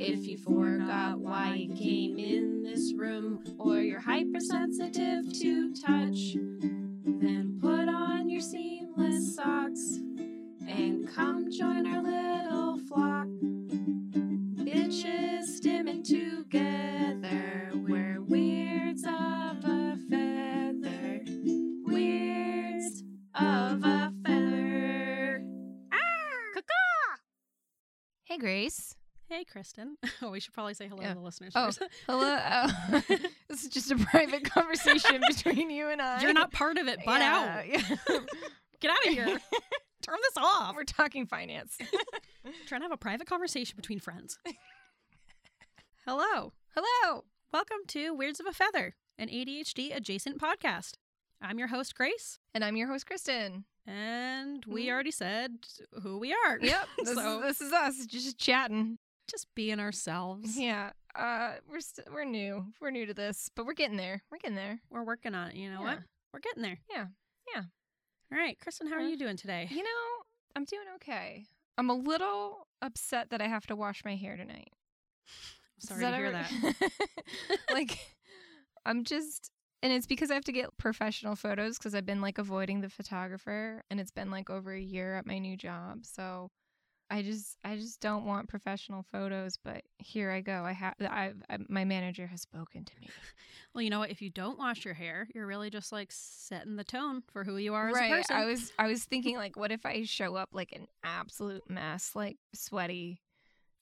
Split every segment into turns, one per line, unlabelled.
if you forgot why you came in this room or you're hypersensitive to touch, then put on your seamless socks and come join our little flock. Bitches stimming together, we're weirds of a feather. Weirds of a feather.
Hey, Grace.
Hey, Kristen. Oh, we should probably say hello
Yeah.
to the listeners
Oh.
first.
Hello. Oh, this is just a private conversation between you and I.
You're not part of it. Butt out.
Yeah, yeah.
Get out of here. Turn this off.
We're talking finance.
We're trying to have a private conversation between friends. hello.
Hello.
Welcome to Weirds of a Feather, an ADHD adjacent podcast. I'm your host, Grace,
And I'm your host, Kristen.
and we
Mhm.
already said who we are.
Yep. This,
So-
is, this is us just chatting.
Just being ourselves.
Yeah. Uh, we're st- we're new. We're new to this, but we're getting there. We're getting there.
We're working on it. You know what?
Yeah.
We're getting there.
Yeah. Yeah.
All right, Kristen, how are
Yeah.
you doing today?
You know, I'm doing okay. I'm a little upset that I have to wash my hair tonight.
Sorry to hear that.
that. like, I'm just, and it's because I have to get professional photos because I've been like avoiding the photographer, and it's been like over a year at my new job. So, I just, I just don't want professional photos. But here I go. I have, I, I, my manager has spoken to me.
Well, you know what? If you don't wash your hair, you're really just like setting the tone for who you are as a
right.
person.
I was, I was thinking like, what if I show up like an absolute mess, like sweaty.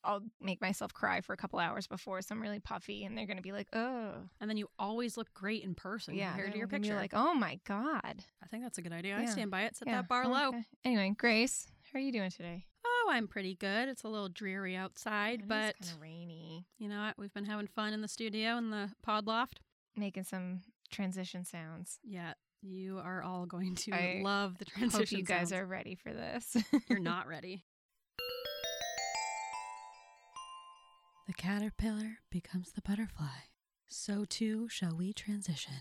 I'll make myself cry for a couple hours before, so I'm really puffy, and they're gonna be like, "Oh,
and then you always look great in person compared to
they're
your
gonna be
picture.
Like, oh my god.
I think that's a good idea. I
Yeah.
stand by it. Set
Yeah, Oh,
that bar low.
okay. Anyway, Grace, how are you doing today?
Oh, I'm pretty good. It's a little dreary outside, but
kind of rainy.
you know what? We've been having fun in the studio in the pod loft.
Making some transition sounds.
Yeah, you are all going to
I
love the
I
transition.
Hope you guys
sounds.
are ready for this.
You're not ready. The caterpillar becomes the butterfly. So too shall we transition.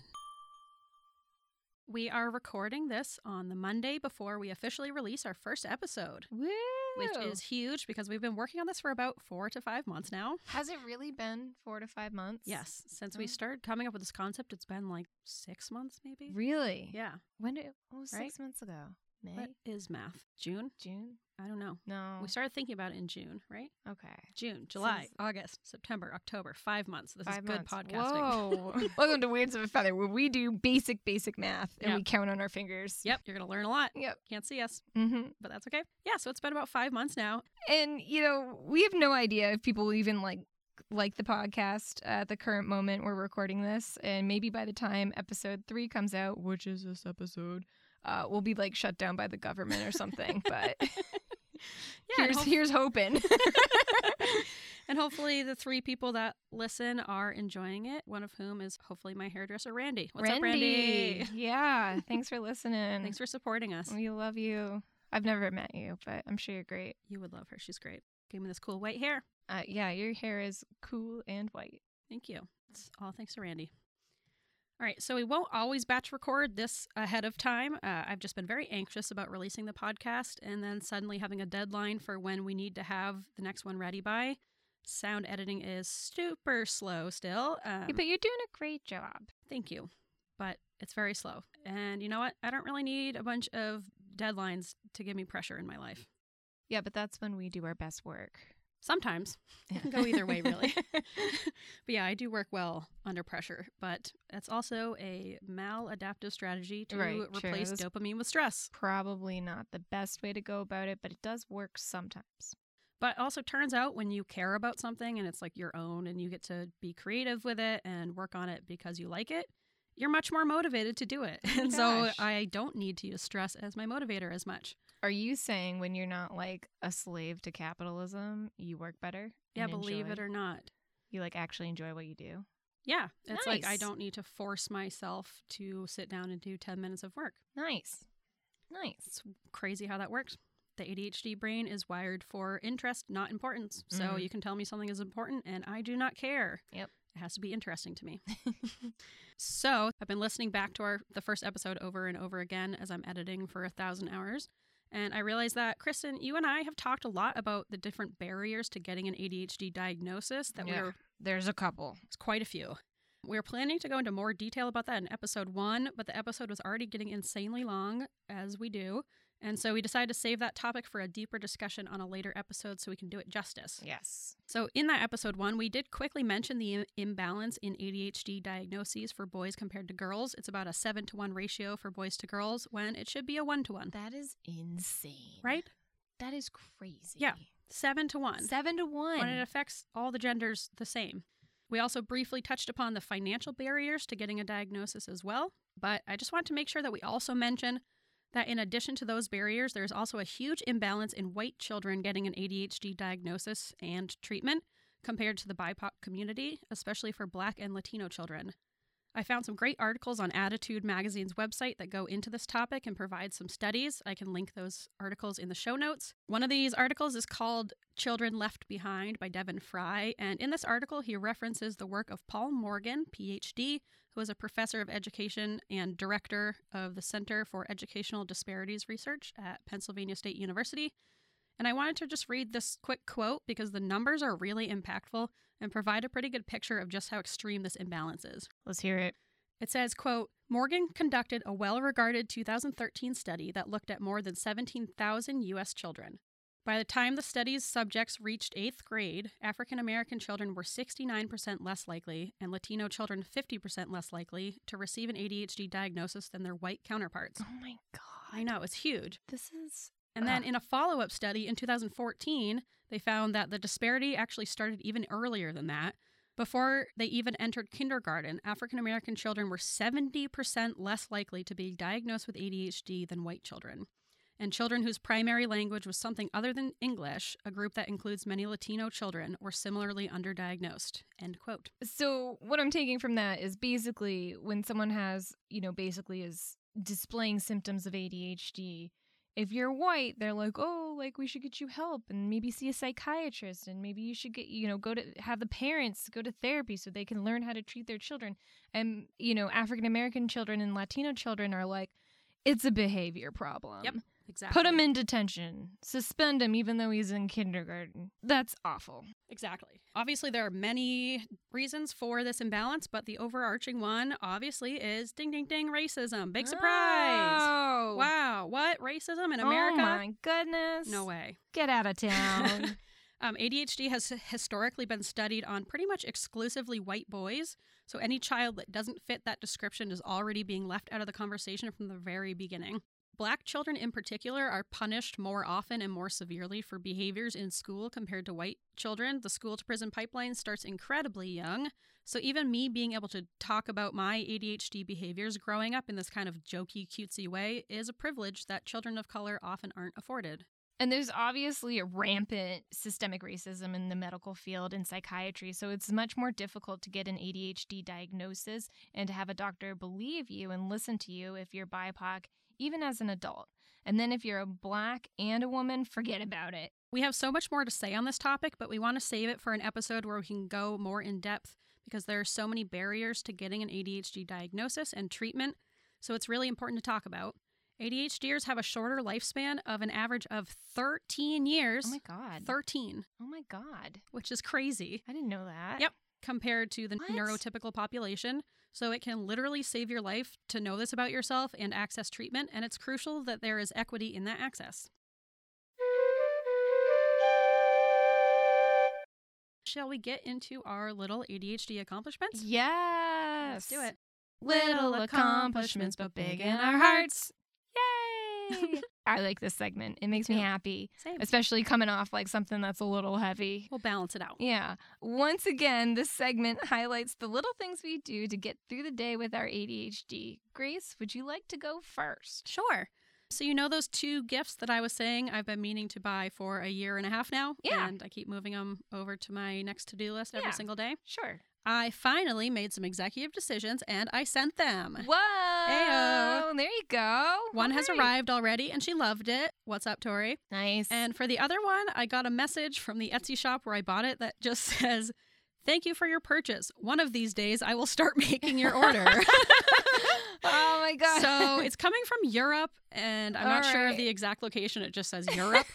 We are recording this on the Monday before we officially release our first episode,
Woo!
which is huge because we've been working on this for about four to five months now.
has it really been four to five months?
Yes, Mm-hmm. since we
Mm.
started coming up with this concept, it's been like six months maybe.
Really?
Yeah.
When did? Oh, six
Right?
months ago. May,
What is math? June?
June.
I don't know.
No.
We started thinking about it in June, right?
okay.
June, July,
Since-
August, September, October, five months. This
Five
is good
months.
podcasting.
Whoa! Welcome to Weirds of a Feather, where we do basic, basic math and
Yep.
we count on our fingers.
Yep, you're going to learn a lot.
Yep.
Can't see us,
Mm-hmm.
but that's okay. Yeah, so it's been about five months now.
and you know we have no idea if people even like like the podcast at the current moment we're recording this and maybe by the time episode three comes out which is this episode uh, we'll be like shut down by the government or something but
and
here's
hope-
here's hoping
and hopefully, the three people that listen are enjoying it, one of whom is hopefully my hairdresser, Randy. What's up, Randy?
yeah thanks for listening
Thanks for supporting us.
we love you i've never met you but i'm sure you're great
You would love her. She's great. Gave me this cool white hair.
uh, yeah your hair is cool and white
Thank you. It's all thanks to Randy. All right, so we won't always batch record this ahead of time. Uh, I've just been very anxious about releasing the podcast and then suddenly having a deadline for when we need to have the next one ready by. Sound editing is super slow still. Um,
Yeah, but you're doing a great job
thank you, but it's very slow. And you know what? I don't really need a bunch of deadlines to give me pressure in my life.
yeah but that's when we do our best work
Sometimes it can go either way, really. but yeah, I do work well under pressure, but that's also a maladaptive strategy to
Right, sure,
replace
that's-
dopamine with stress.
Probably not the best way to go about it, but it does work sometimes.
But also turns out when you care about something and it's like your own and you get to be creative with it and work on it because you like it, you're much more motivated to do it.
Oh my
And so
gosh.
I don't need to use stress as my motivator as much.
Are you saying when you're not like a slave to capitalism, you work better?
Yeah,
and
believe it
enjoy-
or not.
you like actually enjoy what you do.
Yeah, it's like I
Nice.
don't need to force myself to sit down and do 10 minutes of work.
Nice, nice.
It's crazy how that works. The ADHD brain is wired for interest, not importance. So
Mhm.
you can tell me something is important and I do not care.
Yep.
It has to be interesting to me. so I've been listening back to our the first episode over and over again as I'm editing for a thousand hours. And I realized that, Kristen, you and I have talked a lot about the different barriers to getting an ADHD diagnosis that
Yeah.
we're
There's a couple.
it's quite a few. We were planning to go into more detail about that in episode one, but the episode was already getting insanely long, as we do. And so we decided to save that topic for a deeper discussion on a later episode so we can do it justice.
Yes.
So, in that episode one, we did quickly mention the im- imbalance in ADHD diagnoses for boys compared to girls. It's about a seven to one ratio for boys to girls when it should be a one to one,
That is insane.
right?
That is crazy.
Seven to one.
Seven to one.
when it affects all the genders the same. We also briefly touched upon the financial barriers to getting a diagnosis as well, but I just want to make sure that we also mention that in addition to those barriers, there's also a huge imbalance in white children getting an ADHD diagnosis and treatment compared to the BIPOC community, especially for Black and Latino children. I found some great articles on Attitude Magazine's website that go into this topic and provide some studies. I can link those articles in the show notes. One of these articles is called Children Left Behind by Devin Fry, and in this article, he references the work of Paul Morgan, PhD, who is a professor of education and director of the Center for Educational Disparities Research at Pennsylvania State University. And I wanted to just read this quick quote because the numbers are really impactful and provide a pretty good picture of just how extreme this imbalance is.
Let's hear it.
It says, quote, Morgan conducted a well regarded 2013 study that looked at more than 17,000 U.S. children. By the time the study's subjects reached eighth grade, African American children were 69% less likely and Latino children 50% less likely to receive an ADHD diagnosis than their white counterparts.
Oh my god.
I know, it's huge.
This is
And then
Ugh.
in a follow up study in 2014, they found that the disparity actually started even earlier than that. Before they even entered kindergarten, African American children were 70% less likely to be diagnosed with ADHD than white children. And children whose primary language was something other than English, a group that includes many Latino children, were similarly underdiagnosed. End quote.
So what I'm taking from that is basically when someone has, you know, basically is displaying symptoms of ADHD, if you're white, they're like, "Oh, like we should get you help and maybe see a psychiatrist and maybe you should get, you know, go to have the parents go to therapy so they can learn how to treat their children." And, you know, African American children and Latino children are like, "It's a behavior problem."
Yep, Exactly.
Put him in detention. Suspend him even though he's in kindergarten. That's awful.
Exactly. Obviously, there are many reasons for this imbalance, but the overarching one, obviously, is ding ding ding racism. Big surprise.
Oh.
Wow. What? Racism in
Oh
America?
my goodness.
no way.
Get out of town.
Um, ADHD has historically been studied on pretty much exclusively white boys. So any child that doesn't fit that description is already being left out of the conversation from the very beginning. Black children in particular are punished more often and more severely for behaviors in school compared to white children. The school to prison pipeline starts incredibly young. So even me being able to talk about my ADHD behaviors growing up in this kind of jokey, cutesy way is a privilege that children of color often aren't afforded.
and there's obviously a rampant systemic racism in the medical field and psychiatry, so it's much more difficult to get an ADHD diagnosis and to have a doctor believe you and listen to you if you're BIPOC, even as an adult. And then if you're a black and a woman, forget about it.
We have so much more to say on this topic, but we want to save it for an episode where we can go more in depth because there are so many barriers to getting an ADHD diagnosis and treatment, so it's really important to talk about. ADHDers have a shorter lifespan of an average of 13 years.
Oh my god.
13,
oh my god.
which is crazy
I didn't know that.
Yep. compared to the
What?
neurotypical population. So it can literally save your life to know this about yourself and access treatment, and it's crucial that there is equity in that access. Shall we get into our little ADHD accomplishments?
Yes.
Let's do it.
Little accomplishments, but big in our hearts. Yay!
Yay!
I like this segment. It makes
too.
me happy,
Same.
especially coming off like something that's a little heavy.
We'll balance it out.
Yeah. Once again, this segment highlights the little things we do to get through the day with our ADHD. Grace, would you like to go first?
Sure. So you know those two gifts that I was saying I've been meaning to buy for a year and a half now,
Yeah.
and I keep moving them over to my next to-do list every
Yeah.
single day.
Sure.
I finally made some executive decisions and I sent them.
Whoa!
Heyo.
There you go.
One has
All right.
arrived already and she loved it. What's up, Tori?
Nice.
And for the other one, I got a message from the Etsy shop where I bought it that just says, Thank you for your purchase. One of these days, I will start making your order.
oh my god.
so it's coming from Europe, and I'm not
All
sure of
right.
the exact location. It just says Europe.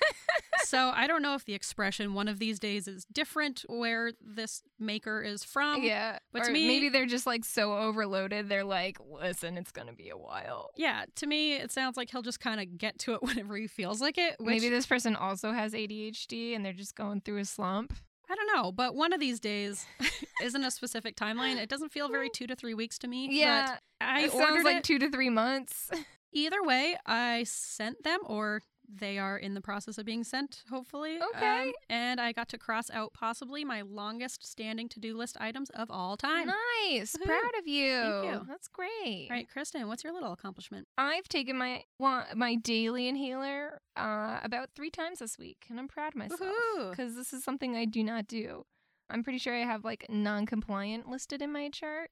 so I don't know if the expression one of these days is different where this maker is from.
yeah.
but to
or
me-
maybe they're just like so overloaded. They're like, listen, it's gonna be a while.
Yeah, to me, it sounds like he'll just kind of get to it whenever he feels like it. Which
Maybe this person also has ADHD and they're just going through a slump.
I don't know, but one of these days isn't a specific timeline. It doesn't feel very two to three weeks to me.
Yeah,
but I
it
ordered
sounds like
it.
two to three months.
Either way, I sent them, or they are in the process of being sent. Hopefully, um,
Okay.
and I got to cross out possibly my longest standing to do list items of all time.
Nice,
Woohoo.
proud of you.
you.
That's great.
all right, Kristen, what's your little accomplishment?
I've taken my wa- my daily inhaler uh, about three times this week, and I'm proud of myself
Woohoo.
because this is something I do not do. I'm pretty sure I have like non-compliant listed in my chart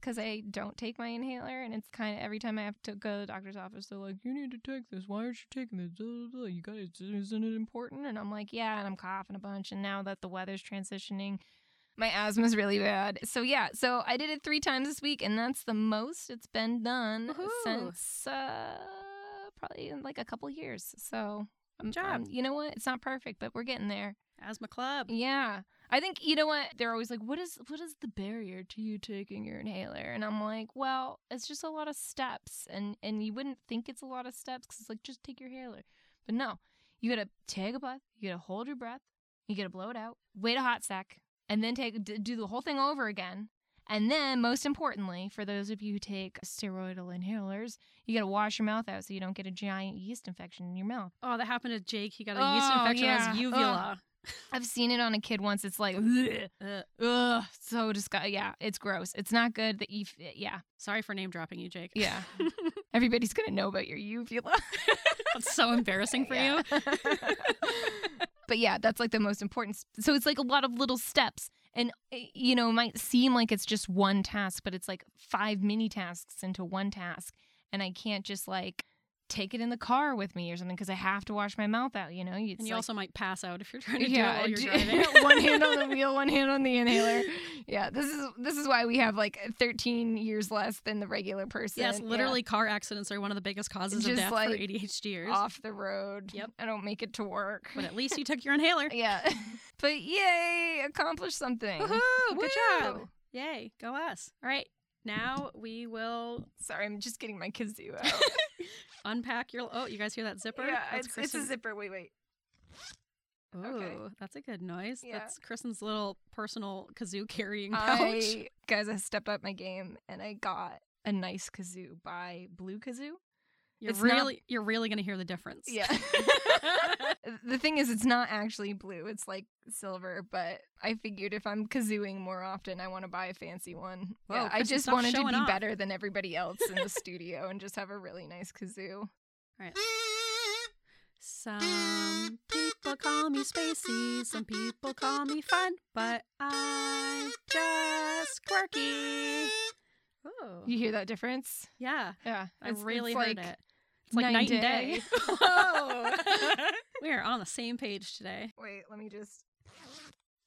because I don't take my inhaler, and it's kind of every time I have to go to the doctor's office, they're like, "You need to take this. Why aren't you taking this? Duh, duh, duh. You got it. Isn't it important?" And I'm like, "Yeah," and I'm coughing a bunch. And now that the weather's transitioning, my asthma's really bad. So yeah, so I did it three times this week, and that's the most it's been done
Woohoo.
since uh, probably in like a couple years. So. I'm,
Good job.
I'm- you know what? It's not perfect, but we're getting there.
Asthma Club.
Yeah. I think you know what they're always like what is what is the barrier to you taking your inhaler and I'm like well it's just a lot of steps and and you wouldn't think it's a lot of steps cuz it's like just take your inhaler but no you got to take a breath you got to hold your breath you got to blow it out wait a hot sec and then take d- do the whole thing over again and then most importantly for those of you who take steroidal inhalers you got to wash your mouth out so you don't get a giant yeast infection in your mouth
Oh, that happened to Jake. He got a yeast
Oh,
infection on
yeah.
his uvula.
I've seen it on a kid once. It's like, ugh,
Ugh.
ugh, so disgusting. Yeah, it's gross. It's not good. The e- yeah,
Sorry for name dropping you, Jake.
yeah. Everybody's gonna know about your uvula.
That's so embarrassing for you.
but yeah, that's like the most important. s- So it's like a lot of little steps, and eh, you know, it might seem like it's just one task, but it's like five mini tasks into one task, and I can't just like take it in the car with me or something because I have to wash my mouth out. You know, it's
and you
like-
also might pass out if you're trying to do it
d-
while you're driving.
one hand on the wheel, one hand on the inhaler. Yeah, this is this is why we have like 13 years less than the regular person.
Yes,
Yeah,
literally, car accidents are one of the biggest causes of
Just
death for
like
ADHDers.
off the road.
Yep.
I don't make it to work.
But at least you took your inhaler.
yeah, but yay, accomplished something.
Woohoo! Good job!
Woo.
Yay! Go us! All right, now we will
Sorry, I'm just getting my kazoo out.
unpack your. Oh, you guys hear that zipper?
yeah,
that's
it's, it's a zipper. Wait, wait.
Oh,
okay.
that's a good noise.
Yeah. Uh,
That's Kristen's little personal kazoo carrying pouch.
I, guys, I stepped up my game and I got a nice kazoo by Blue Kazoo.
You're
it's not-
really, you're really gonna hear the difference.
Yeah. the thing is, it's not actually blue. It's like silver. But I figured if I'm kazooing more often, I want to buy a fancy one.
Whoa,
yeah, I
Kristen,
just
stop
wanted to
showing
be
off.
better than everybody else in the studio and just have a really nice kazoo.
Some people call me spacey, some people call me fun, but I'm just quirky.
You
Oh,
hear that difference?
yeah,
Yeah,
I
it's-
really
it's
heard
like
it. It's like night and day.
Whoa.
we are on the same page today.
Wait, let me just.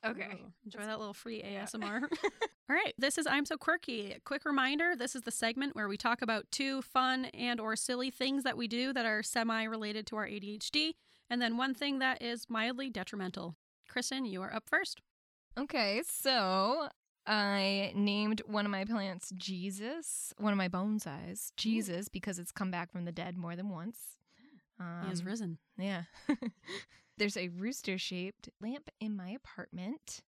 Okay.
Ooh, enjoy that little free
Yeah.
ASMR. All right, this is I'm so quirky. A quick reminder, this is the segment where we talk about two fun and or silly things that we do that are semi-related to our ADHD and then one thing that is mildly detrimental. Kristen, you are up first.
Okay, so I named one of my plants Jesus, one of my bonsais
Mm.
Jesus, because it's come back from the dead more than once. Um,
he has risen.
Yeah. There's a rooster shaped lamp in my apartment.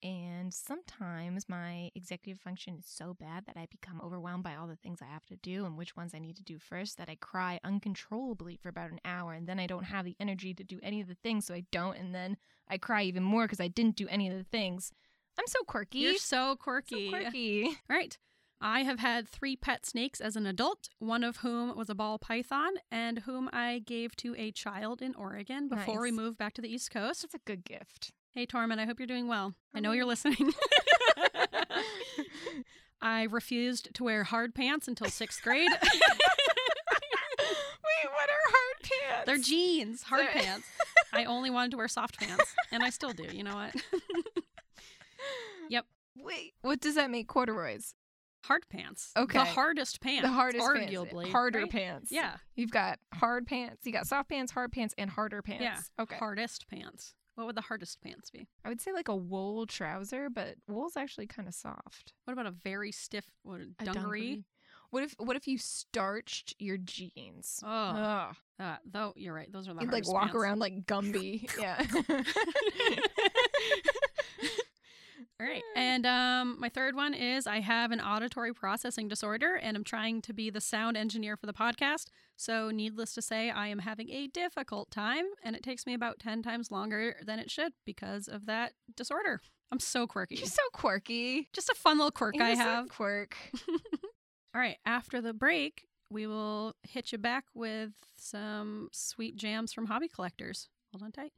And sometimes my executive function is so bad that I become overwhelmed by all the things I have to do and which ones I need to do first that I cry uncontrollably for about an hour and then I don't have the energy to do any of the things, so I don't. And then I cry even more because I didn't do any of the things. I'm so quirky.
You're so
So
quirky.
quirky.
All right. I have had three pet snakes as an adult, one of whom was a ball python, and whom I gave to a child in Oregon before we
Nice.
moved back to the East Coast.
That's a good gift.
Hey, Torment, I hope you're doing well. I know
Hello.
you're listening. I refused to wear hard pants until sixth grade.
Wait, what are hard pants?
They're jeans, hard
Sorry.
pants. I only wanted to wear soft pants, and I still do. You know what? Yep.
Wait, what does that make corduroys?
Hard pants.
Okay.
The hardest pants.
the hardest pants.
arguably.
harder
right?
pants.
Yeah.
You've got hard pants, you got soft pants, hard pants, and harder pants. Okay.
Hardest pants. What would the hardest pants be?
I would say like a wool trouser, but wool's actually kind of soft.
What about a very stiff what,
A
dungaree?
What if what if you starched your jeans?
Oh,
Ugh.
uh, though you're right. Those are the
You'd like
hardest
walk
pants.
around like Gumby. yeah.
All right. And um, my third one is I have an auditory processing disorder, and I'm trying to be the sound engineer for the podcast. So, needless to say, I am having a difficult time, and it takes me about ten times longer than it should because of that disorder. I'm so quirky.
You're so quirky.
Just a fun little quirk I
You're so
have.
quirk.
All right. After the break, we will hit you back with some sweet jams from hobby collectors. Hold on tight.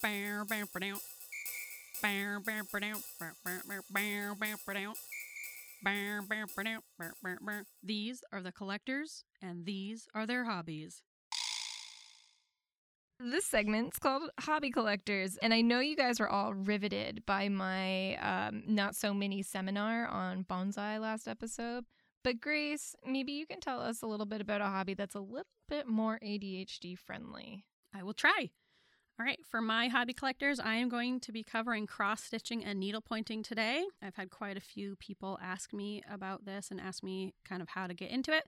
Bow, bow, ba-dow. Bow, bow, ba-dow, bow, bow, bow, bow, bow, ba-dow. Bow, bow, ba-dow, bow, bow, bow. These are the collectors, and these are their hobbies.
This segment's called Hobby Collectors, and I know you guys were all riveted by my um, not so mini seminar on bonsai last episode. But Grace, maybe you can tell us a little bit about a hobby that's a little bit more ADHD friendly.
I will try. All right, for my hobby collectors, I am going to be covering cross stitching and needlepointing today. I've had quite a few people ask me about this and ask me kind of how to get into it.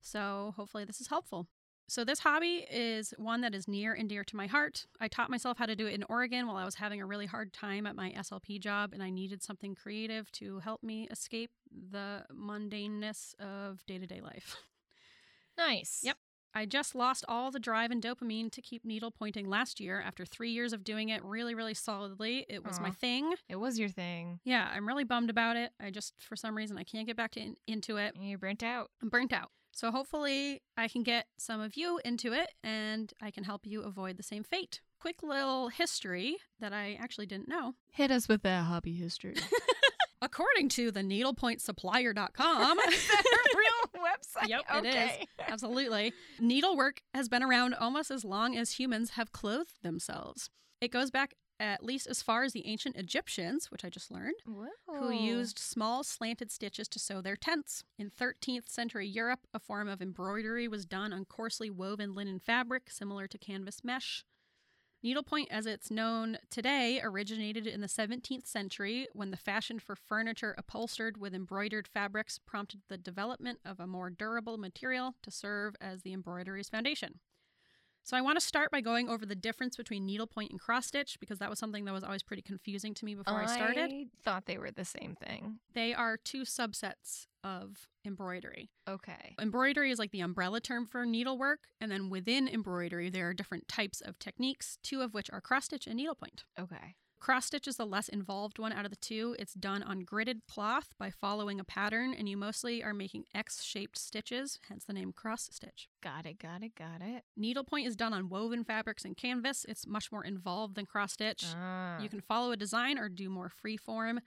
So hopefully, this is helpful. So, this hobby is one that is near and dear to my heart. I taught myself how to do it in Oregon while I was having a really hard time at my SLP job, and I needed something creative to help me escape the mundaneness of day to day life.
Nice.
Yep. I just lost all the drive and dopamine to keep needle pointing last year after three years of doing it really, really solidly. It was my
Aw.
thing.
It was your thing.
Yeah, I'm really bummed about it. I just, for some reason, I can't get back to in- into it.
You're burnt out.
I'm burnt out. So hopefully, I can get some of you into it and I can help you avoid the same fate. Quick little history that I actually didn't know.
Hit us with that hobby history.
According to the needlepointsupplier.com,
Is that a real website?
Yep, it is.
okay.
Absolutely. Needlework has been around almost as long as humans have clothed themselves. It goes back at least as far as the ancient Egyptians, which I just learned, who
Whoa.
used small slanted stitches to sew their tents. In 13th century Europe, a form of embroidery was done on coarsely woven linen fabric similar to canvas mesh. Needlepoint, as it's known today, originated in the 17th century when the fashion for furniture upholstered with embroidered fabrics prompted the development of a more durable material to serve as the embroidery's foundation. So, I want to start by going over the difference between needlepoint and cross stitch because that was something that was always pretty confusing to me before I started.
I thought they were the same thing.
They are two subsets of embroidery.
Okay.
Embroidery is like the umbrella term for needlework, and then within embroidery, there are different types of techniques, two of which are cross stitch and needlepoint.
Okay.
Cross stitch is the less involved one out of the two. It's done on gridded cloth by following a pattern, and you mostly are making X shaped stitches, hence the name cross stitch.
Got it, got it, got it.
Needlepoint is done on woven fabrics and canvas. It's much more involved than cross stitch.
Ah.
You can follow a design or do more free form,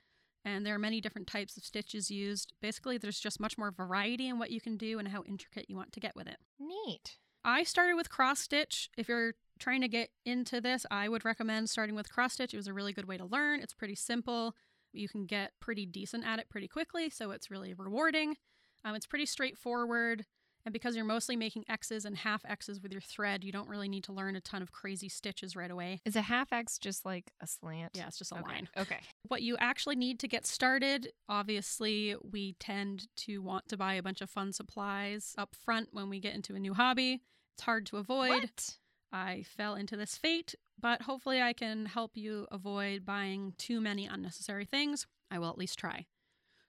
and there are many different types of stitches used. Basically, there's just much more variety in what you can do and how intricate you want to get with it.
Neat.
I started with cross stitch. If you're trying to get into this, I would recommend starting with cross stitch. It was a really good way to learn. It's pretty simple. You can get pretty decent at it pretty quickly, so it's really rewarding. Um, it's pretty straightforward. And because you're mostly making X's and half X's with your thread, you don't really need to learn a ton of crazy stitches right away.
Is a half X just like a slant?
Yeah, it's just a
okay.
line.
Okay.
What you actually need to get started, obviously, we tend to want to buy a bunch of fun supplies up front when we get into a new hobby. It's hard to avoid.
What?
I fell into this fate but hopefully I can help you avoid buying too many unnecessary things. I will at least try.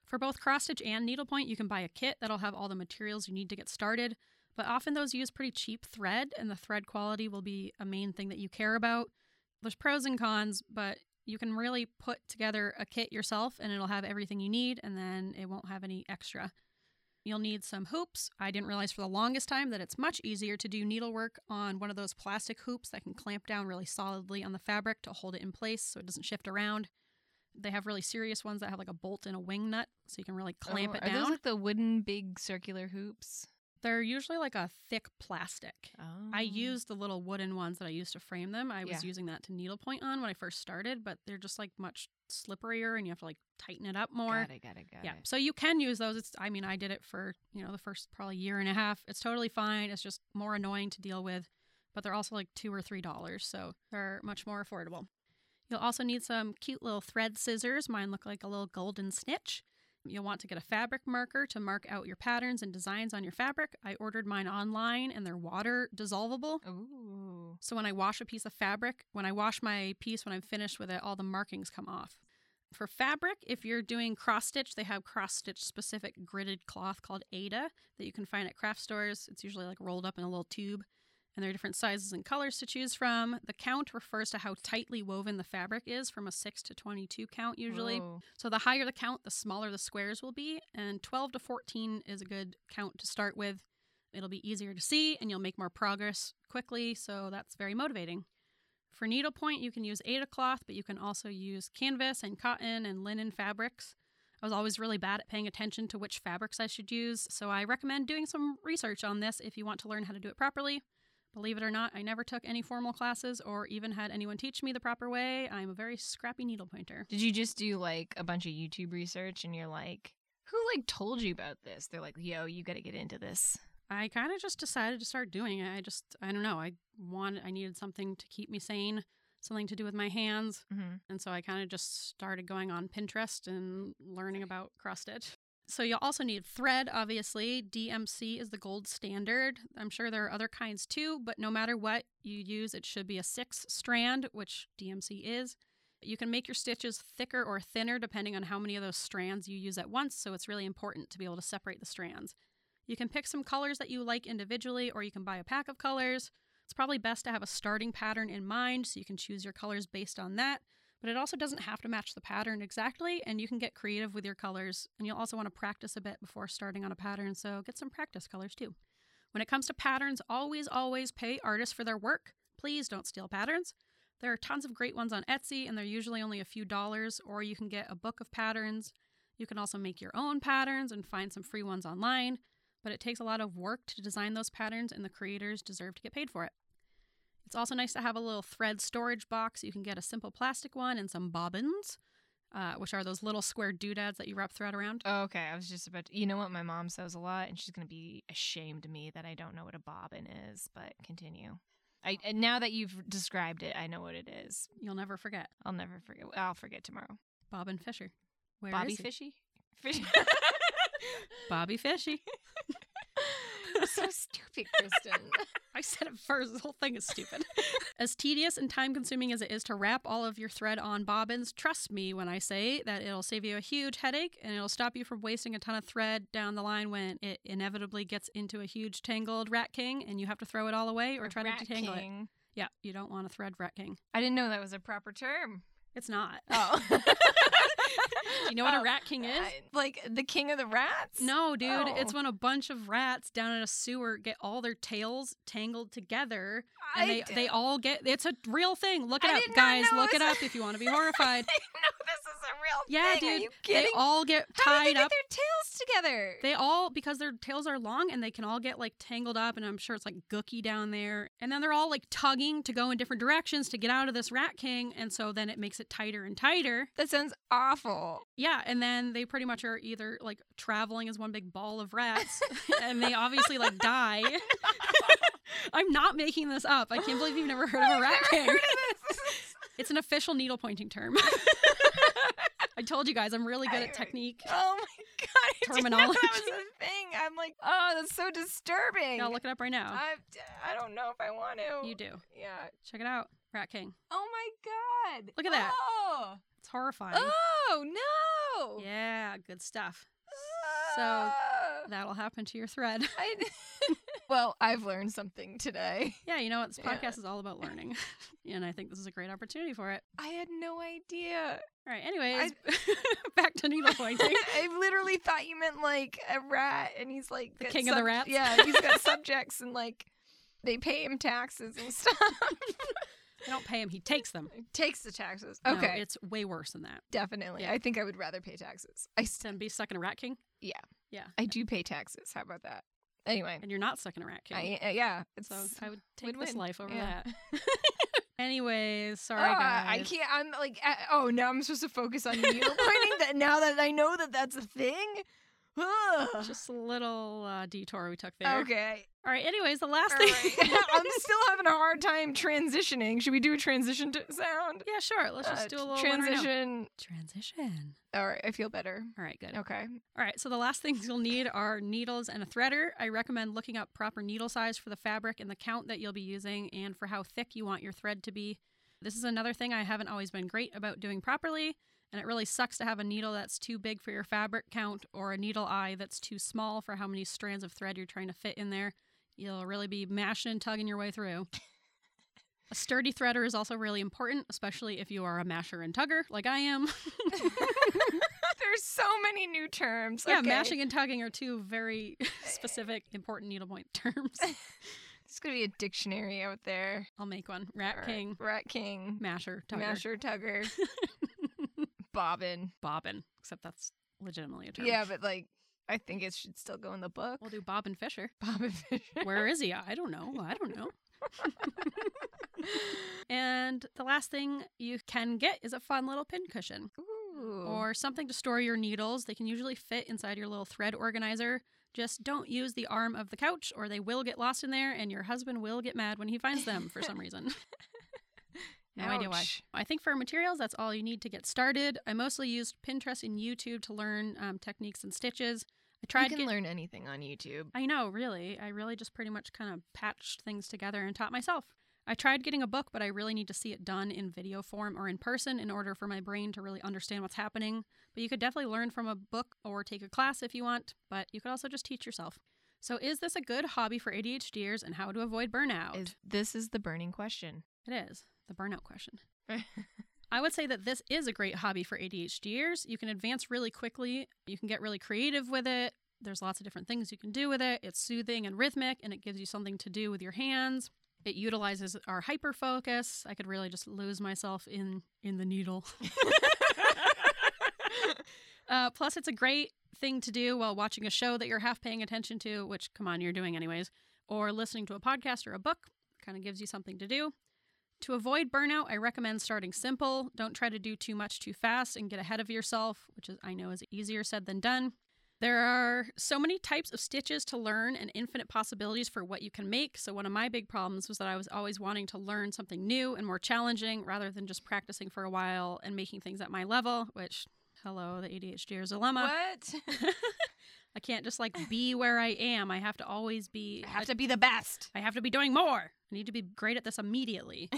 For both cross stitch and needlepoint, you can buy a kit that'll have all the materials you need to get started, but often those use pretty cheap thread, and the thread quality will be a main thing that you care about. There's pros and cons, but you can really put together a kit yourself and it'll have everything you need, and then it won't have any extra. You'll need some hoops. I didn't realize for the longest time that it's much easier to do needlework on one of those plastic hoops that can clamp down really solidly on the fabric to hold it in place so it doesn't shift around. They have really serious ones that have like a bolt and a wing nut so you can really clamp
Oh,
it
Are
down.
those like the wooden big circular hoops?
They're usually like a thick plastic.
Oh.
I used the little wooden ones that I used to frame them. I was
Yeah.
using that to needlepoint on when I first started, but they're just like much slipperier and you have to like tighten it up more.
Got it. Got it. Got
Yeah.
it.
So you can use those. It's I mean, I did it for, you know, the first probably year and a half. It's totally fine. It's just more annoying to deal with, but they're also like 2 or 3 dollars, so they're much more affordable. You'll also need some cute little thread scissors. Mine look like a little golden snitch. You'll want to get a fabric marker to mark out your patterns and designs on your fabric. I ordered mine online and they're water dissolvable.
Ooh.
So when I wash a piece of fabric, when I wash my piece, when I'm finished with it, all the markings come off. For fabric, if you're doing cross stitch, they have cross stitch specific gridded cloth called Ada that you can find at craft stores. It's usually like rolled up in a little tube, and there are different sizes and colors to choose from. The count refers to how tightly woven the fabric is from a 6 to 22 count usually.
Whoa.
So the higher the count, the smaller the squares will be, and 12 to 14 is a good count to start with. It'll be easier to see and you'll make more progress quickly, so that's very motivating. For needlepoint, you can use Ada cloth, but you can also use canvas and cotton and linen fabrics. I was always really bad at paying attention to which fabrics I should use, so I recommend doing some research on this if you want to learn how to do it properly. Believe it or not, I never took any formal classes or even had anyone teach me the proper way. I'm a very scrappy needlepointer.
Did you just do like a bunch of YouTube research and you're like, who like told you about this? They're like, yo, you got to get into this.
I kind of just decided to start doing it. I just, I don't know. I wanted, I needed something to keep me sane, something to do with my hands.
Mm-hmm.
And so I kind of just started going on Pinterest and learning about cross stitch. So you'll also need thread, obviously. DMC is the gold standard. I'm sure there are other kinds too, but no matter what you use, it should be a six strand, which DMC is. You can make your stitches thicker or thinner depending on how many of those strands you use at once, so it's really important to be able to separate the strands. You can pick some colors that you like individually, or you can buy a pack of colors. It's probably best to have a starting pattern in mind so you can choose your colors based on that but it also doesn't have to match the pattern exactly and you can get creative with your colors and you'll also want to practice a bit before starting on a pattern so get some practice colors too when it comes to patterns always always pay artists for their work please don't steal patterns there are tons of great ones on etsy and they're usually only a few dollars or you can get a book of patterns you can also make your own patterns and find some free ones online but it takes a lot of work to design those patterns and the creators deserve to get paid for it it's also nice to have a little thread storage box. You can get a simple plastic one and some bobbins, uh, which are those little square doodads that you wrap thread around.
Oh, Okay, I was just about to. You know what? My mom says a lot, and she's going to be ashamed of me that I don't know what a bobbin is, but continue. I, and now that you've described it, I know what it is.
You'll never forget
I'll never forget. I'll forget tomorrow.
Bobbin Fisher. Where
Bobby
is he?
Fishy? Fishy.
Bobby Fishy.
You're so stupid, Kristen.
I said it first. This whole thing is stupid. as tedious and time consuming as it is to wrap all of your thread on bobbins, trust me when I say that it'll save you a huge headache and it'll stop you from wasting a ton of thread down the line when it inevitably gets into a huge tangled rat king and you have to throw it all away or try to
Rat
detangle it.
King.
Yeah, you don't want a thread rat king.
I didn't know that was a proper term.
It's not.
Oh.
Do you know what
Oh,
a rat king is?
I- like the king of the rats?
No, dude. It's
Oh.
when a bunch of rats down in a sewer get all their tails tangled together,
I
and they,
did-
they all get. It's a real thing. Look it
I
up,
did not
guys.
know
Look
it
it
was-
up if you want to be
I
horrified.
didn't know this is a real
Yeah,
thing. Are
dude.
you
they
kidding?
all get
How did they
tied
get
up.
their tails together?
They all because their tails are long and they can all get like tangled up, and I'm sure it's like gooky down there. And then they're all like tugging to go in different directions to get out of this rat king, and so then it makes it tighter and tighter.
that sounds awful.
Yeah, and then they pretty much are either like traveling as one big ball of rats, and they obviously like die. I'm not making this up. I can't believe you've never heard of a
I've
rat
never
king.
heard of this.
It's an official needle pointing term. I told you guys, I'm really good at technique.
oh my god! I didn't know that was
Terminology.
a thing. I'm like, oh, that's so disturbing.
Oh. Now look it up right now.
I I don't know if I want to.
You do.
Yeah.
Check it out. Rat King.
Oh my god!
Look at that.
Oh,
It's horrifying.
oh no!
Yeah, good stuff. So
Ah.
that'll happen to your thread.
I, well, I've learned something today.
yeah, you know what? This
Yeah.
podcast is all about learning. and I think this is a great opportunity for it.
I had no idea.
All right, anyways, back to needle pointing.
I literally thought you meant like a rat, and he's like
The
got
king of the rats?
Yeah, he's got subjects, and like they pay him taxes and stuff.
I don't pay him, he takes them.
Takes the taxes.
No,
Okay,
it's way worse than that.
definitely.
yeah.
I think I would rather pay taxes. I s-
Then be stuck in a rat king,
I do pay taxes. How about that? Anyway,
and you're not stuck in a rat king.
I, uh, yeah, it's
so I would take this
win-win.
life over
Yeah.
that. Oh, anyways, sorry
Ah,
guys.
I can't. I'm like, uh, oh, now I'm supposed to focus on needle pointing. That now that I know that that's a thing. Ugh.
Just a little uh, detour we took there.
Okay.
All right. Anyways, the last thing.
All right. I'm still having a hard time transitioning. Should we do a transition to sound?
yeah, sure. Let's just
Uh,
do a little one right now.
transition.
Transition.
All right. I feel better.
All right, good.
Okay.
All right, so the last things you'll need are needles and a threader. I recommend looking up proper needle size for the fabric and the count that you'll be using and for how thick you want your thread to be. This is another thing I haven't always been great about doing properly, and it really sucks to have a needle that's too big for your fabric count or a needle eye that's too small for how many strands of thread you're trying to fit in there. You'll really be mashing and tugging your way through. A sturdy threader is also really important, especially if you are a masher and tugger like I am.
There's so many new terms.
Yeah,
okay.
mashing and tugging are two very specific, important needlepoint terms.
It's gonna be a dictionary out there.
I'll make one. Rat
All right.
king,
Rat king.
masher, tugger,
Masher Tugger. Bobbin.
bobbin. Except that's legitimately a term.
Yeah, but like I think it should still go in the book.
We'll do bobbin fisher.
Bobbin Fisher.
Where is he? I don't know. I don't know. And the last thing you can get is a fun little pincushion
Ooh.
or something to store your needles. They can usually fit inside your little thread organizer. Just don't use the arm of the couch or they will get lost in there and your husband will get mad when he finds them for some reason. No idea why.
Ouch.
I think for materials, that's all you need to get started. I mostly used Pinterest and YouTube to learn um, techniques and stitches. I tried.
you can
get-
learn anything on YouTube.
I know, really. I really just pretty much kind of patched things together and taught myself. I tried getting a book, but I really need to see it done in video form or in person in order for my brain to really understand what's happening. But you could definitely learn from a book or take a class if you want, but you could also just teach yourself. So, is this a good hobby for ADHDers and how to avoid burnout?
Is this is the burning question.
It is the burnout question. I would say that this is a great hobby for ADHDers. You can advance really quickly, you can get really creative with it. There's lots of different things you can do with it. It's soothing and rhythmic, and it gives you something to do with your hands. It utilizes our hyper focus. I could really just lose myself in in the needle. Uh, plus, it's a great thing to do while watching a show that you're half paying attention to, which, come on, you're doing anyways, or listening to a podcast or a book. Kind of gives you something to do. To avoid burnout, I recommend starting simple. Don't try to do too much too fast and get ahead of yourself, which is, I know is easier said than done. There are so many types of stitches to learn and infinite possibilities for what you can make. So, one of my big problems was that I was always wanting to learn something new and more challenging rather than just practicing for a while and making things at my level, which, hello, the ADHDer's dilemma.
what?
I can't just like be where I am. I have to always be.
I have to be the best.
I have to be doing more. I need to be great at this immediately.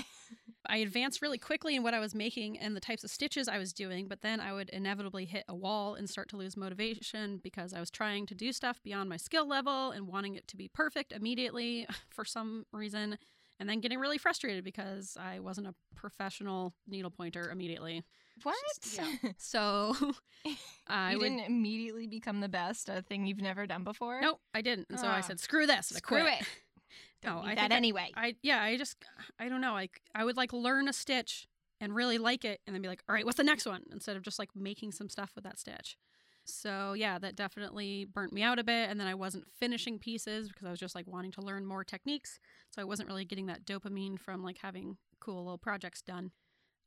I advanced really quickly in what I was making and the types of stitches I was doing, but then I would inevitably hit a wall and start to lose motivation because I was trying to do stuff beyond my skill level and wanting it to be perfect immediately for some reason, and then getting really frustrated because I wasn't a professional needle pointer immediately.
What?
yeah. So I
you
would.
didn't immediately become the best, a thing you've never done before?
Nope, I didn't. And so I
Ah.
said, screw this. and I
Screw
quit.
it.
No,
Don't
I
need that
think I-
anyway.
I yeah, I just I don't know. Like I would like learn a stitch and really like it and then be like, "All right, what's the next one?" instead of just like making some stuff with that stitch. So, yeah, that definitely burnt me out a bit and then I wasn't finishing pieces because I was just like wanting to learn more techniques. So, I wasn't really getting that dopamine from like having cool little projects done.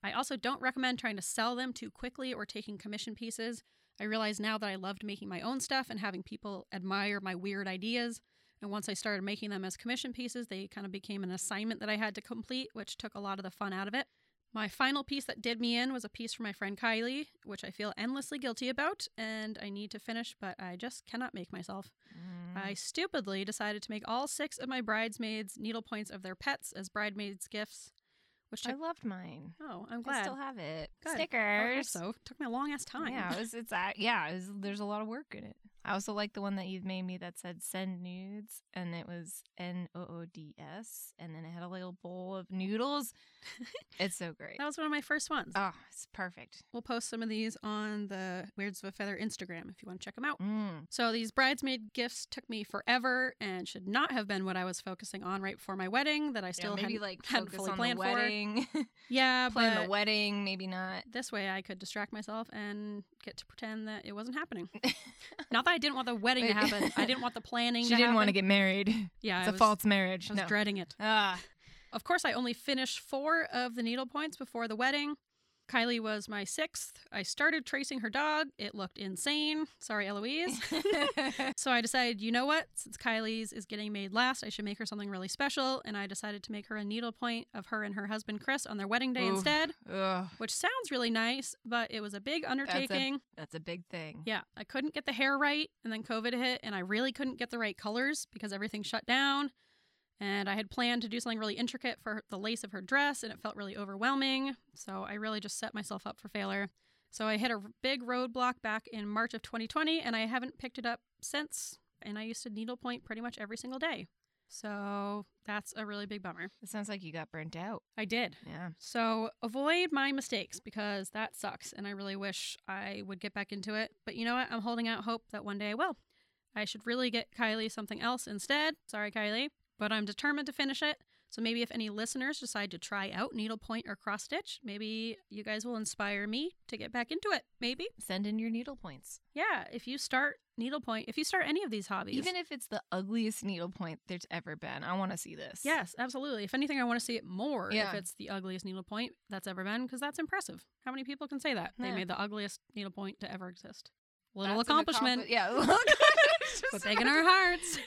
I also don't recommend trying to sell them too quickly or taking commission pieces. I realize now that I loved making my own stuff and having people admire my weird ideas. And once I started making them as commission pieces, they kind of became an assignment that I had to complete, which took a lot of the fun out of it. My final piece that did me in was a piece for my friend Kylie, which I feel endlessly guilty about and I need to finish, but I just cannot make myself.
Mm.
I stupidly decided to make all six of my bridesmaids needle points of their pets as bridesmaids' gifts, Which
I
took,
loved mine.
oh, I'm
I
glad.
still have it.
Good. I hope
Stickers.
so took me a long ass time.
Yeah, it was, it's uh, yeah. It was, there's a lot of work in it. I also like the one that you've made me that said "send nudes" and it was N O O D S, and then it had a little bowl of noodles. it's so great.
that was one of my first ones.
Oh, it's perfect.
We'll post some of these on the Weirds of a Feather Instagram if you want to check them out.
Mm.
So these bridesmaid gifts took me forever and should not have been what I was focusing on right before my wedding that I still
Still maybe
hadn't,
like
hadn't
focus
fully
on the
planned
wedding,
for. Yeah,
plan the
but
wedding, maybe not.
this way I could distract myself and get to pretend that it wasn't happening. Not that I didn't want the wedding to
But-
happen. I didn't want the planning
she
to
didn't want to
happen.
get married.
Yeah,
It's
I
a
was,
false marriage.
I was
No.
dreading it.
ah,
Of course, I only finished four of the needle points before the wedding. Kylie was my sixth. I started tracing her dog. It looked insane. Sorry, Eloise. so I decided, you know what? Since Kylie's is getting made last, I should make her something really special. And I decided to make her a needle point of her and her husband Chris on their wedding day
Oof.
instead,
Ugh,
which sounds really nice, but it was a big undertaking.
that's a big thing.
Yeah, I couldn't get the hair right, and then COVID hit, and I really couldn't get the right colors because everything shut down. And I had planned to do something really intricate for the lace of her dress, and it felt really overwhelming. So I really just set myself up for failure. So I hit a big roadblock back in March of 2020, and I haven't picked it up since. And I used to needlepoint pretty much every single day. So that's a really big bummer.
It sounds like you got burnt out.
I did.
Yeah.
So avoid my mistakes because that sucks and I really wish I would get back into it. But you know what? I'm holding out hope that one day I will. I should really get Kylie something else instead. Sorry, Kylie, but I'm determined to finish it. So maybe if any listeners decide to try out needlepoint or cross stitch, maybe you guys will inspire me to get back into it. Maybe.
Send in your needle points.
Yeah, if you start needlepoint, if you start any of these hobbies.
Even if it's the ugliest needlepoint there's ever been, I want to see this.
Yes, absolutely. If anything, I want to see it more
Yeah.
if it's the ugliest needlepoint that's ever been, because that's impressive. How many people can say that? They
Yeah.
made the ugliest needlepoint to ever exist.
That's
Little
an
accomplishment.
accompli- yeah. little
but
accomplishment.
big in our hearts.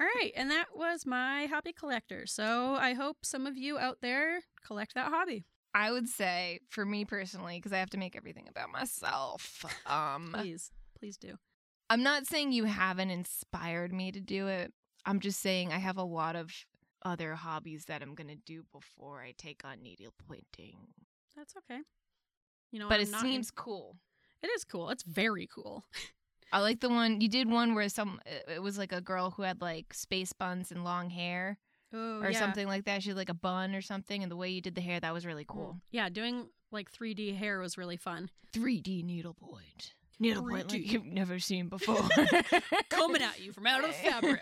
All right, and that was my hobby collector. So I hope some of you out there collect that hobby.
I would say, for me personally, because I have to make everything about myself. Um,
Please, please do.
I'm not saying you haven't inspired me to do it. I'm just saying I have a lot of other hobbies that I'm gonna do before I take on needle pointing.
That's okay. You know,
But
I'm
it
not-
seems cool.
it is cool. It's very cool.
I like the one you did one where some it- it was like a girl who had like space buns and long hair
Oh,
or
yeah.
something like that. She had like a bun or something, and the way you did the hair that was really cool.
Yeah, doing like 3D hair was really fun.
3D needle point, needle point like
3D.
you've never seen before,
Coming at you from out of the fabric.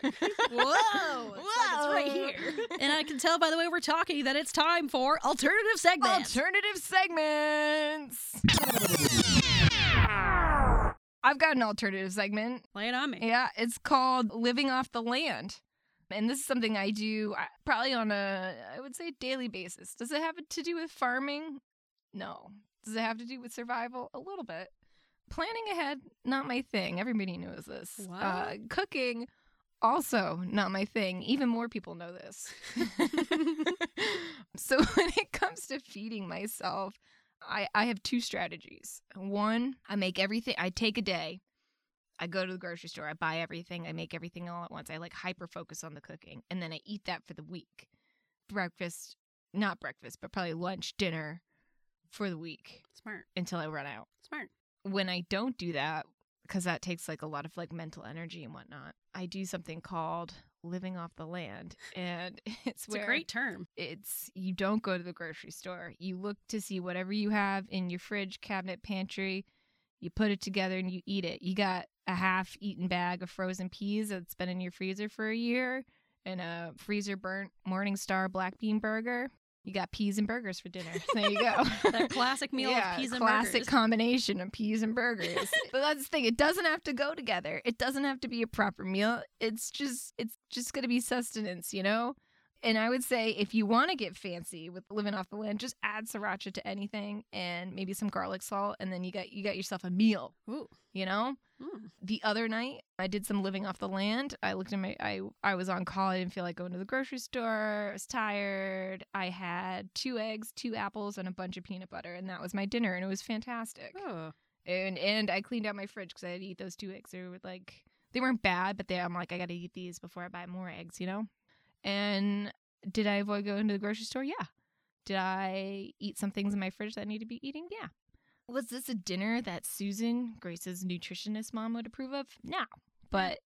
Whoa!
Whoa.
here.
And I can tell by the way we're talking that it's time for alternative segments.
Alternative segments. I've got an alternative segment.
Lay it on me.
Yeah, it's called Living Off the Land. And this is something I do uh, probably on a, I would say, daily basis. Does it have to do with farming? No. Does it have to do with survival? A little bit. Planning ahead, not my thing. Everybody knows this. Uh, cooking, also not my thing. Even more people know this. so when it comes to feeding myself, I, I have two strategies. One, I make everything, I take a day, I go to the grocery store, I buy everything, I make everything all at once. I like hyper focus on the cooking, and then I eat that for the week. Breakfast, not breakfast, but probably lunch, dinner for the week
Smart.
until I run out
Smart.
when I don't do that, because that takes like a lot of like mental energy and whatnot, I do something called living off the land. And it's,
It's
where
a great term.
it's you don't go to the grocery store. You look to see whatever you have in your fridge, cabinet, pantry. You put it together and you eat it. You got a half eaten bag of frozen peas that's been in your freezer for a year and a freezer burnt Morningstar black bean burger. You got peas and burgers for dinner. There you go.
That classic meal
yeah,
of peas and
classic
burgers.
combination of peas and burgers. but that's the thing; it doesn't have to go together. It doesn't have to be a proper meal. It's just it's just going to be sustenance, you know. And I would say if you want to get fancy with living off the land, just add sriracha to anything and maybe some garlic salt, and then you got you got yourself a meal.
Ooh.
You know,
Mm.
the other night I did some living off the land. I looked at my I I was on call. I didn't feel like going to the grocery store. I was tired. I had two eggs, two apples, and a bunch of peanut butter, and that was my dinner, and it was fantastic.
Oh.
And and I cleaned out my fridge because I had to eat those two eggs. They were like they weren't bad, but they, I'm like I got to eat these before I buy more eggs, you know. And Did I avoid going to the grocery store? Yeah. Did I eat some things in my fridge that I need to be eating? Yeah. Was this a dinner that Susan, Grace's nutritionist mom, would approve of? No. But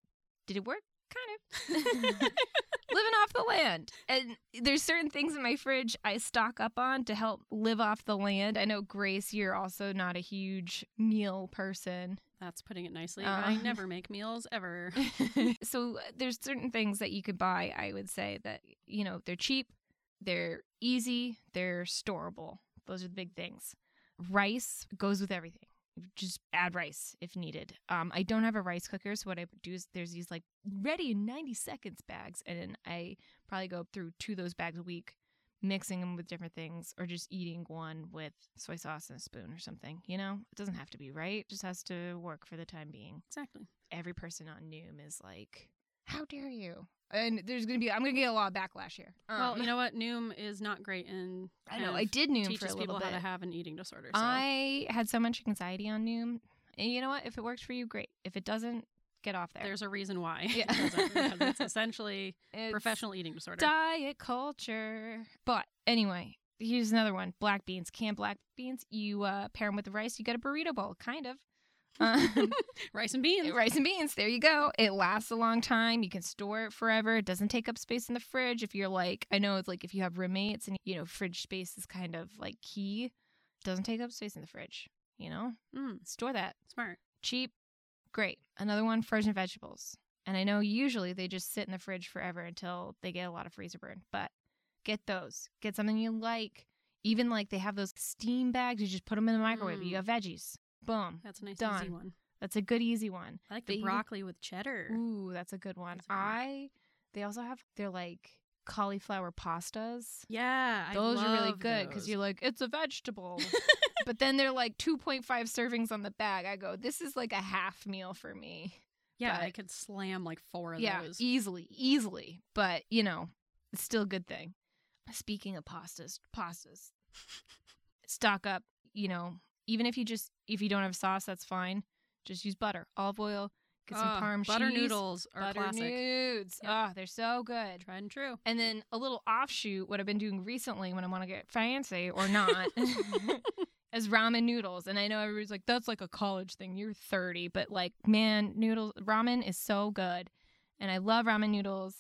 did it work? Kind of. Living off the land. And there's certain things in my fridge I stock up on to help live off the land. I know, Grace, you're also not a huge meal person.
That's putting it nicely.
Uh.
I never make meals ever.
so uh, there's certain things that you could buy i would say that you know they're cheap they're easy they're storable those are the big things rice goes with everything just add rice if needed um, i don't have a rice cooker so what i do is there's these like ready in 90 seconds bags and i probably go through two of those bags a week mixing them with different things or just eating one with soy sauce and a spoon or something you know it doesn't have to be right it just has to work for the time being
Exactly.
every person on Noom is like, "How dare you!" And there's gonna be I'm gonna get a lot of backlash here.
well,
Um,
you know what? Noom is not great in.
I
kind
know
of
I did Noom for
teaches
a
people
little bit.
how to have an eating disorder. So.
I had so much anxiety on Noom, and you know what? If it works for you, great. If it doesn't, get off there.
There's a reason why.
Yeah.
it doesn't, because it's essentially
It's
professional eating disorder.
diet culture. But anyway. Here's another one: black beans, canned black beans. You uh, pair them with the rice, you get a burrito bowl, kind of. Um,
Rice and beans.
Rice and beans. There you go. It lasts a long time. You can store it forever. It doesn't take up space in the fridge. If you're like, I know it's like if you have roommates and, you know, fridge space is kind of like key, it doesn't take up space in the fridge. You know,
Mm,
store that.
smart.
Cheap. Great. Another one frozen vegetables. And I know usually they just sit in the fridge forever until they get a lot of freezer burn, but get those. Get something you like. Even like they have those steam bags, you just put them in the microwave.
Mm.
You got veggies. Boom.
That's a nice easy
Done.
one.
That's a good, easy one.
I like
But
the
you-
broccoli with cheddar.
Ooh, that's a good one.
That's a good one.
I they also have their like cauliflower pastas.
Yeah, I
Those are really
love
good because
those.
you're like, it's a vegetable. but then they're like 2.5 servings on the bag. I go, this is like a half meal for me.
yeah, I
but-
could slam like four of
Yeah,
those.
easily, easily. But, you know, it's still a good thing. Speaking of pastas, pastas, stock up, you know, even if you just, if you don't have sauce, that's fine. Just use butter, olive oil, get some
Ah,
parm
butter
cheese.
noodles are
butter
classic.
nudes.
Yep.
Ah, they're so good.
Tried and true.
And then a little offshoot, what I've been doing recently when I want to get fancy or not, is ramen noodles. And I know everybody's like, that's like a college thing. You're 30. But like, man, noodles, ramen is so good. And I love ramen noodles.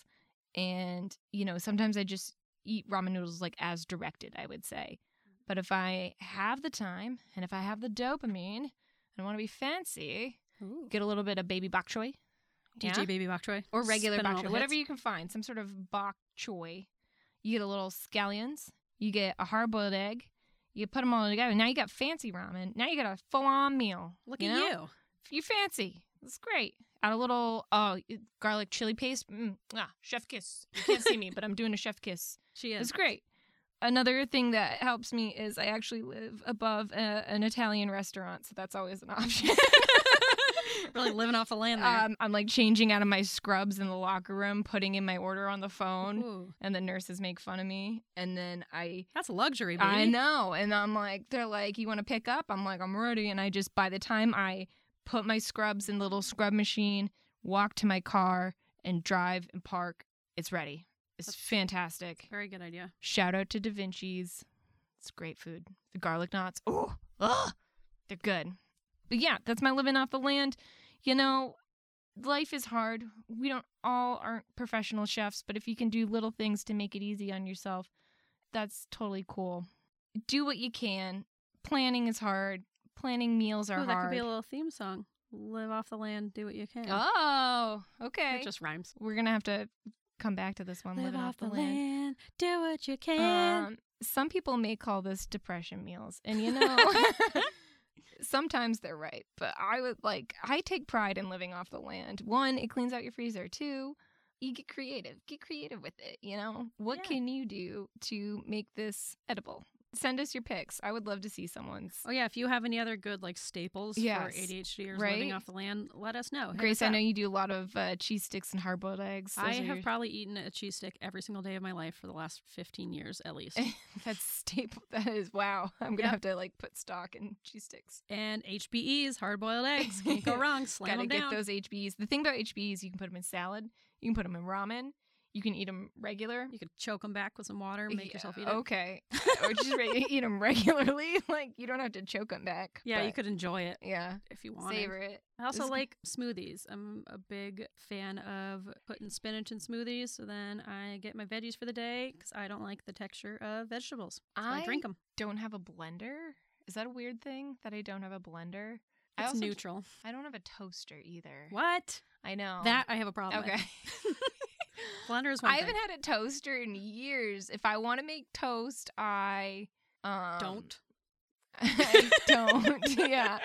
And, you know, sometimes I just eat ramen noodles like as directed, I would say. But if I have the time and if I have the dopamine and I want to be fancy, get a little bit of baby bok choy.
DJ
Yeah?
Baby Bok Choy.
or regular
Spinning all
bok
the
choy, whatever
hits.
you can find, some sort of bok choy. You get a little scallions, you get a hard boiled egg, you put them all together. Now you got fancy ramen. Now you got a full on meal.
Look
you
at
know?
you.
You're fancy. It's great. Add a little oh garlic chili paste. Mm, ah, chef kiss. You can't see me, but I'm doing a chef kiss.
She
It's
is.
great. Another thing that helps me is I actually live above a, an Italian restaurant, so that's always an option.
Really living off the land there.
Um, I'm like changing out of my scrubs in the locker room, putting in my order on the phone,
Ooh,
and the nurses make fun of me. And then I,
that's luxury, baby.
I know, and I'm like, they're like, you want to pick up? I'm like, I'm ready. And I just, by the time I put my scrubs in the little scrub machine, walk to my car, and drive and park, it's ready. It's
That's-
fantastic.
Very good idea.
Shout out to Da Vinci's. It's great food. The garlic knots. Oh, ugh, they're good. But yeah, that's my living off the land. You know, life is hard. We don't all aren't professional chefs, but if you can do little things to make it easy on yourself, that's totally cool. Do what you can. Planning is hard. Planning meals are
Ooh, that
hard.
could be a little theme song. Live off the land, do what you can.
oh, okay.
It just rhymes.
We're gonna have to come back to this one. living off the land.
do what you
Um, some people may call this depression meals, and you know, sometimes they're right. But I would like I take pride in living off the land. One, it cleans out your freezer. Two, you get creative. Get creative with it. You know, what
Yeah.
can you do to make this edible? Send us your pics. I would love to see someone's.
Oh yeah, if you have any other good like staples
Yes.
for ADHDers living
Right?
off the land, let us know. Hit
Grace,
us
I
up.
know you do a lot of uh, cheese sticks and hard boiled eggs.
I
Those are
have
your-
probably eaten a cheese stick every single day of my life for the last 15 years at least.
that's staple. That is wow. I'm gonna
Yep.
have to like put stock in cheese sticks.
and HBEs, hard boiled eggs, can't go wrong. Slam them
Gotta get
down.
those HBs. The thing about HBs, you can put them in salad, you can put them in ramen, you can eat them regular.
You could choke them back with some water, make
Yeah,
yourself eat it.
Okay. or just re- eat them regularly. Like you don't have to choke them back.
Yeah, you
but-
could enjoy it
Yeah.
if you want.
Savor it.
I also
Just-
like smoothies. I'm a big fan of putting spinach in smoothies. So then I get my veggies for the day because I don't like the texture of vegetables. So I,
I
drink them.
don't have a blender. Is that a weird thing that I don't have a blender? I
It's
also d-
neutral.
I don't have a toaster either.
What?
I know
That I have a problem. with.
Um, Okay.
Blender is one
I
thing.
haven't had a toaster in years. If I want to make toast, I um,
don't.
I don't. yeah.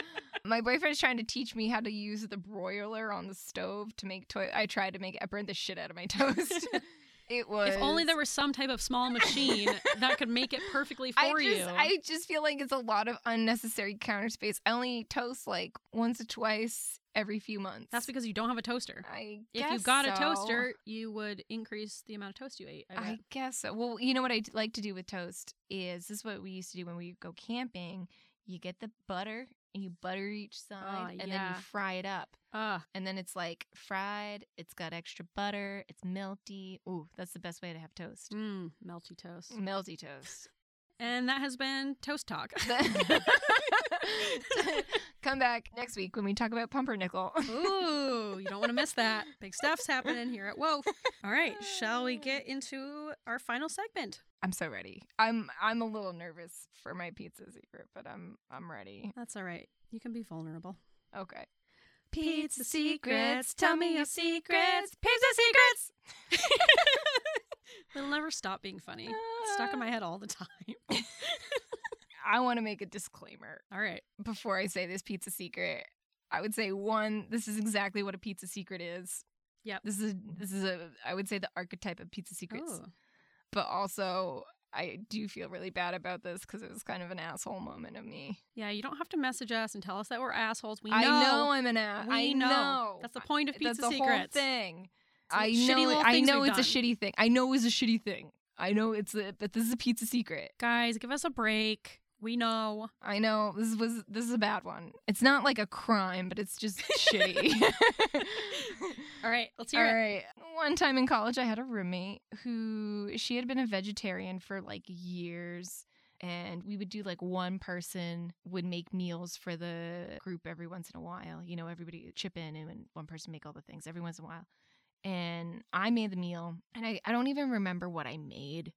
My boyfriend's trying to teach me how to use the broiler on the stove to make toast. I tried to make I burned the shit out of my toast. it was
If only there was some type of small machine that could make it perfectly for
I just,
you.
I just feel like it's a lot of unnecessary counter space. I only eat toast like once or twice every few months.
That's because you don't have a toaster.
I
If you
guess
got a
so.
toaster, you would increase the amount of toast you ate. I
I
bet.
guess so. Well, you know what I d- like to do with toast is this is what we used to do when we go camping. You get the butter and you butter each side and then
Ah, yeah.
you fry it up.
Ah,
And then it's like fried, it's got extra butter, it's melty. Ooh, that's the best way to have toast.
mm, melty toast.
Melty toast.
And that has been Toast Talk.
Come back next week when we talk about pumpernickel.
Ooh, you don't want to miss that. Big stuff's happening here at Whoa. All right, shall we get into our final segment?
I'm so ready. I'm I'm a little nervous for my pizza secret, but I'm I'm ready.
That's all right. You can be vulnerable.
Okay.
Pizza secrets,
tell me your secrets. Pizza secrets.
It'll never stop being funny. It's stuck in my head all the time.
I want to make a disclaimer
all right.
before I say this pizza secret. I would say one, this is exactly what a pizza secret is.
Yep.
This is this is a I would say the archetype of pizza secrets.
Ooh.
But also I do feel really bad about this because it was kind of an asshole moment of me.
Yeah, you don't have to message us and tell us that we're assholes. We know.
I know I'm an ass.
we
I know.
That's the point of
That's
pizza
the whole
secrets. It's
thing. I
shitty
know.
little
I
things
know
we've
it's a
done.
shitty thing. I know it's a shitty thing. I know it's a. But this is a pizza secret.
Guys, give us a break. We know.
I know this was this is a bad one. It's not like a crime, but it's just shitty.
All right, let's
All
hear it.
right. One time in college, I had a roommate who she had been a vegetarian for like years. And we would do like one person would make meals for the group every once in a while. You know, everybody would chip in and then one person make all the things every once in a while. And I made the meal and I, I don't even remember what I made,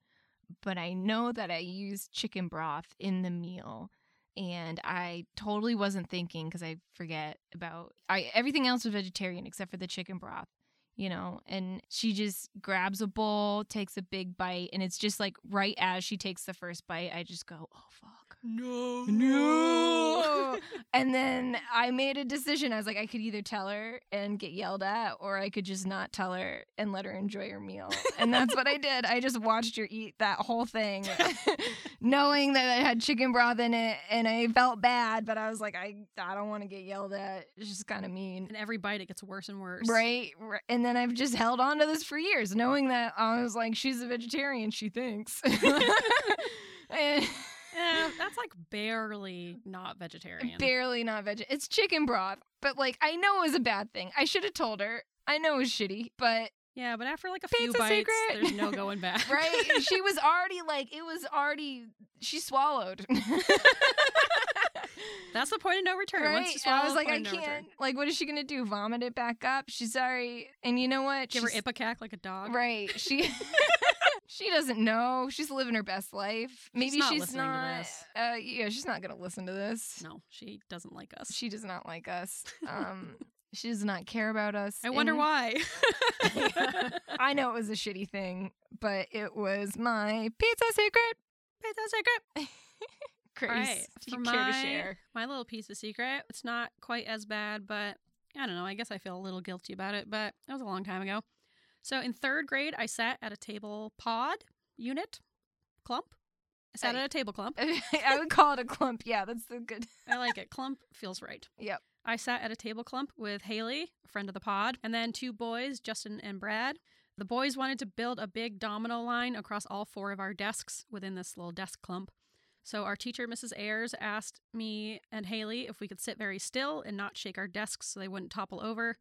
but I know that I used chicken broth in the meal and I totally wasn't thinking because I forget about I everything else was vegetarian except for the chicken broth, you know. And she just grabs a bowl, takes a big bite, and it's just like right as she takes the first bite, I just go, "Oh fuck."
Oh,
No.
No. and then I made a decision. I was like, I could either tell her and get yelled at, or I could just not tell her and let her enjoy her meal. And that's what I did. I just watched her eat that whole thing, knowing that it had chicken broth in it, and I felt bad, but I was like, I, I don't want to get yelled at. It's just kind of mean.
and every bite, it gets worse and worse.
Right, right. And then I've just held on to this for years, knowing that I was like, she's a vegetarian, she thinks. And-
Eh, that's like barely not vegetarian.
Barely not veg. It's chicken broth, but like I know it was a bad thing. I should have told her. I know it was shitty, but
yeah, but after like a few
Pizza
bites,
secret.
there's no going back.
right? she was already like it was already she swallowed.
That's the point of no return. Once
right.
you
I
swallow,
was like, I
point of no
can't.
return.
Like, what is she gonna do? Vomit it back up? She's already. And you know what?
Give her
She's-
ipecac like a dog.
Right. She she doesn't know. She's living her best life. Maybe she's
not listening
not.
to this.
Uh, yeah, she's not gonna listen to this.
No, she doesn't like us.
She does not like us. Um, she does not care about us.
I wonder
and-
why.
I know it was a shitty thing, but it was my pizza secret. Pizza secret. Grace,
Alright,
do you
for
care to
my-
share?
My little piece of secret. It's not quite as bad, but I don't know. I guess I feel a little guilty about it, but that was a long time ago. So in third grade, I sat at a table pod unit clump. I sat
Hey.
at a table clump.
I would call it a clump. Yeah, that's the good.
I like it. Clump feels right.
Yep.
I sat at a table clump with Haley, a friend of the pod, and then two boys, Justin and Brad. The boys wanted to build a big domino line across all four of our desks within this little desk clump. So our teacher, Mrs. Ayers, asked me and Haley if we could sit very still and not shake our desks so they wouldn't topple over.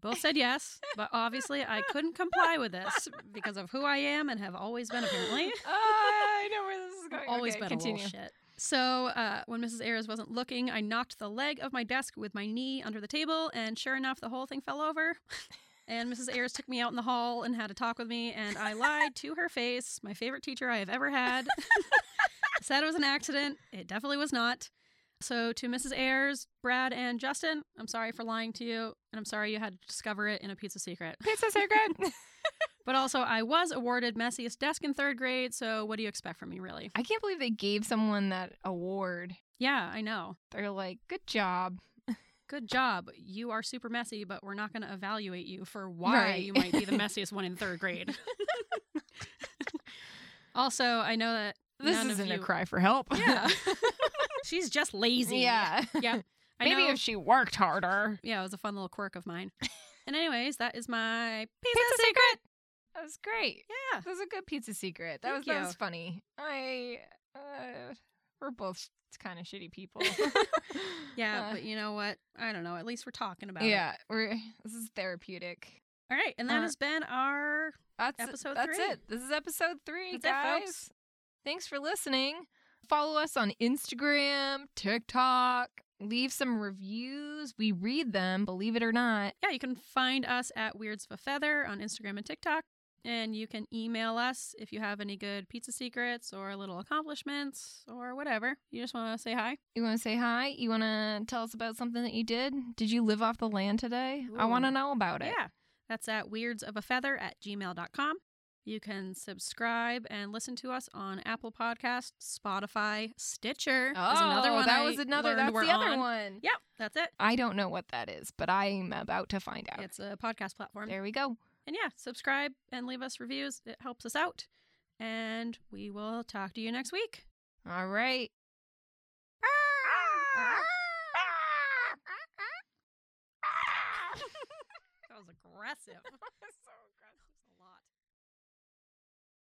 both said yes, but obviously I couldn't comply with this because of who I am and have always been apparently.
Uh, I know where this is going.
always
Okay,
been
continue.
a little shit. So uh, when Mrs. Ayers wasn't looking, I knocked the leg of my desk with my knee under the table, and sure enough, the whole thing fell over. And Mrs. Ayers took me out in the hall and had a talk with me, and I lied to her face, my favorite teacher I have ever had. Said it was an accident. It definitely was not. So to Mrs. Ayers, Brad, and Justin, I'm sorry for lying to you, and I'm sorry you had to discover it in a pizza secret.
Pizza secret.
But also, I was awarded messiest desk in third grade, so what do you expect from me, really?
I can't believe they gave someone that award.
Yeah, I know.
They're like, good job.
good job. You are super messy, but we're not going to evaluate you for why
Right.
you might be the messiest one in third grade. also, I know that
This
none of
isn't a
you-
cry for help.
Yeah, she's just lazy.
Yeah.
yeah. I
Maybe
know.
if she worked harder.
yeah, it was a fun little quirk of mine. And anyways, that is my pizza,
Pizza
secret.
secret. That was great.
Yeah.
That was a good pizza secret. That
Thank
was that
you.
was funny. I uh, we're both kind of shitty people.
Yeah,
Uh,
but you know what? I don't know. At least we're talking about it.
yeah, we're this is therapeutic.
All right, and that
Uh,
has been our
That's
Episode
That's
three.
it. This is episode three,
That's it,
guys.
folks.
Thanks for listening. Follow us on Instagram, TikTok. Leave some reviews. We read them, believe it or not.
yeah, you can find us at Weirds of a Feather on Instagram and TikTok. And you can email us if you have any good pizza secrets or little accomplishments or whatever. You just want to say hi.
You want to say hi? You want to tell us about something that you did? Did you live off the land today? I want
Ooh.
to know about it.
Yeah. That's at Weirds of a Feather at gmail.com. You can subscribe and listen to us on Apple Podcasts, Spotify, Stitcher. is
Oh,
another one
that
I
was another.
learned
That's
we're
the other
on.
one.
Yep, that's it.
I don't know what that is, but I'm about to find out.
It's a podcast platform.
There we go.
And yeah, subscribe and leave us reviews. It helps us out. And we will talk to you next week.
All right.
That was aggressive. so aggressive. That was a lot.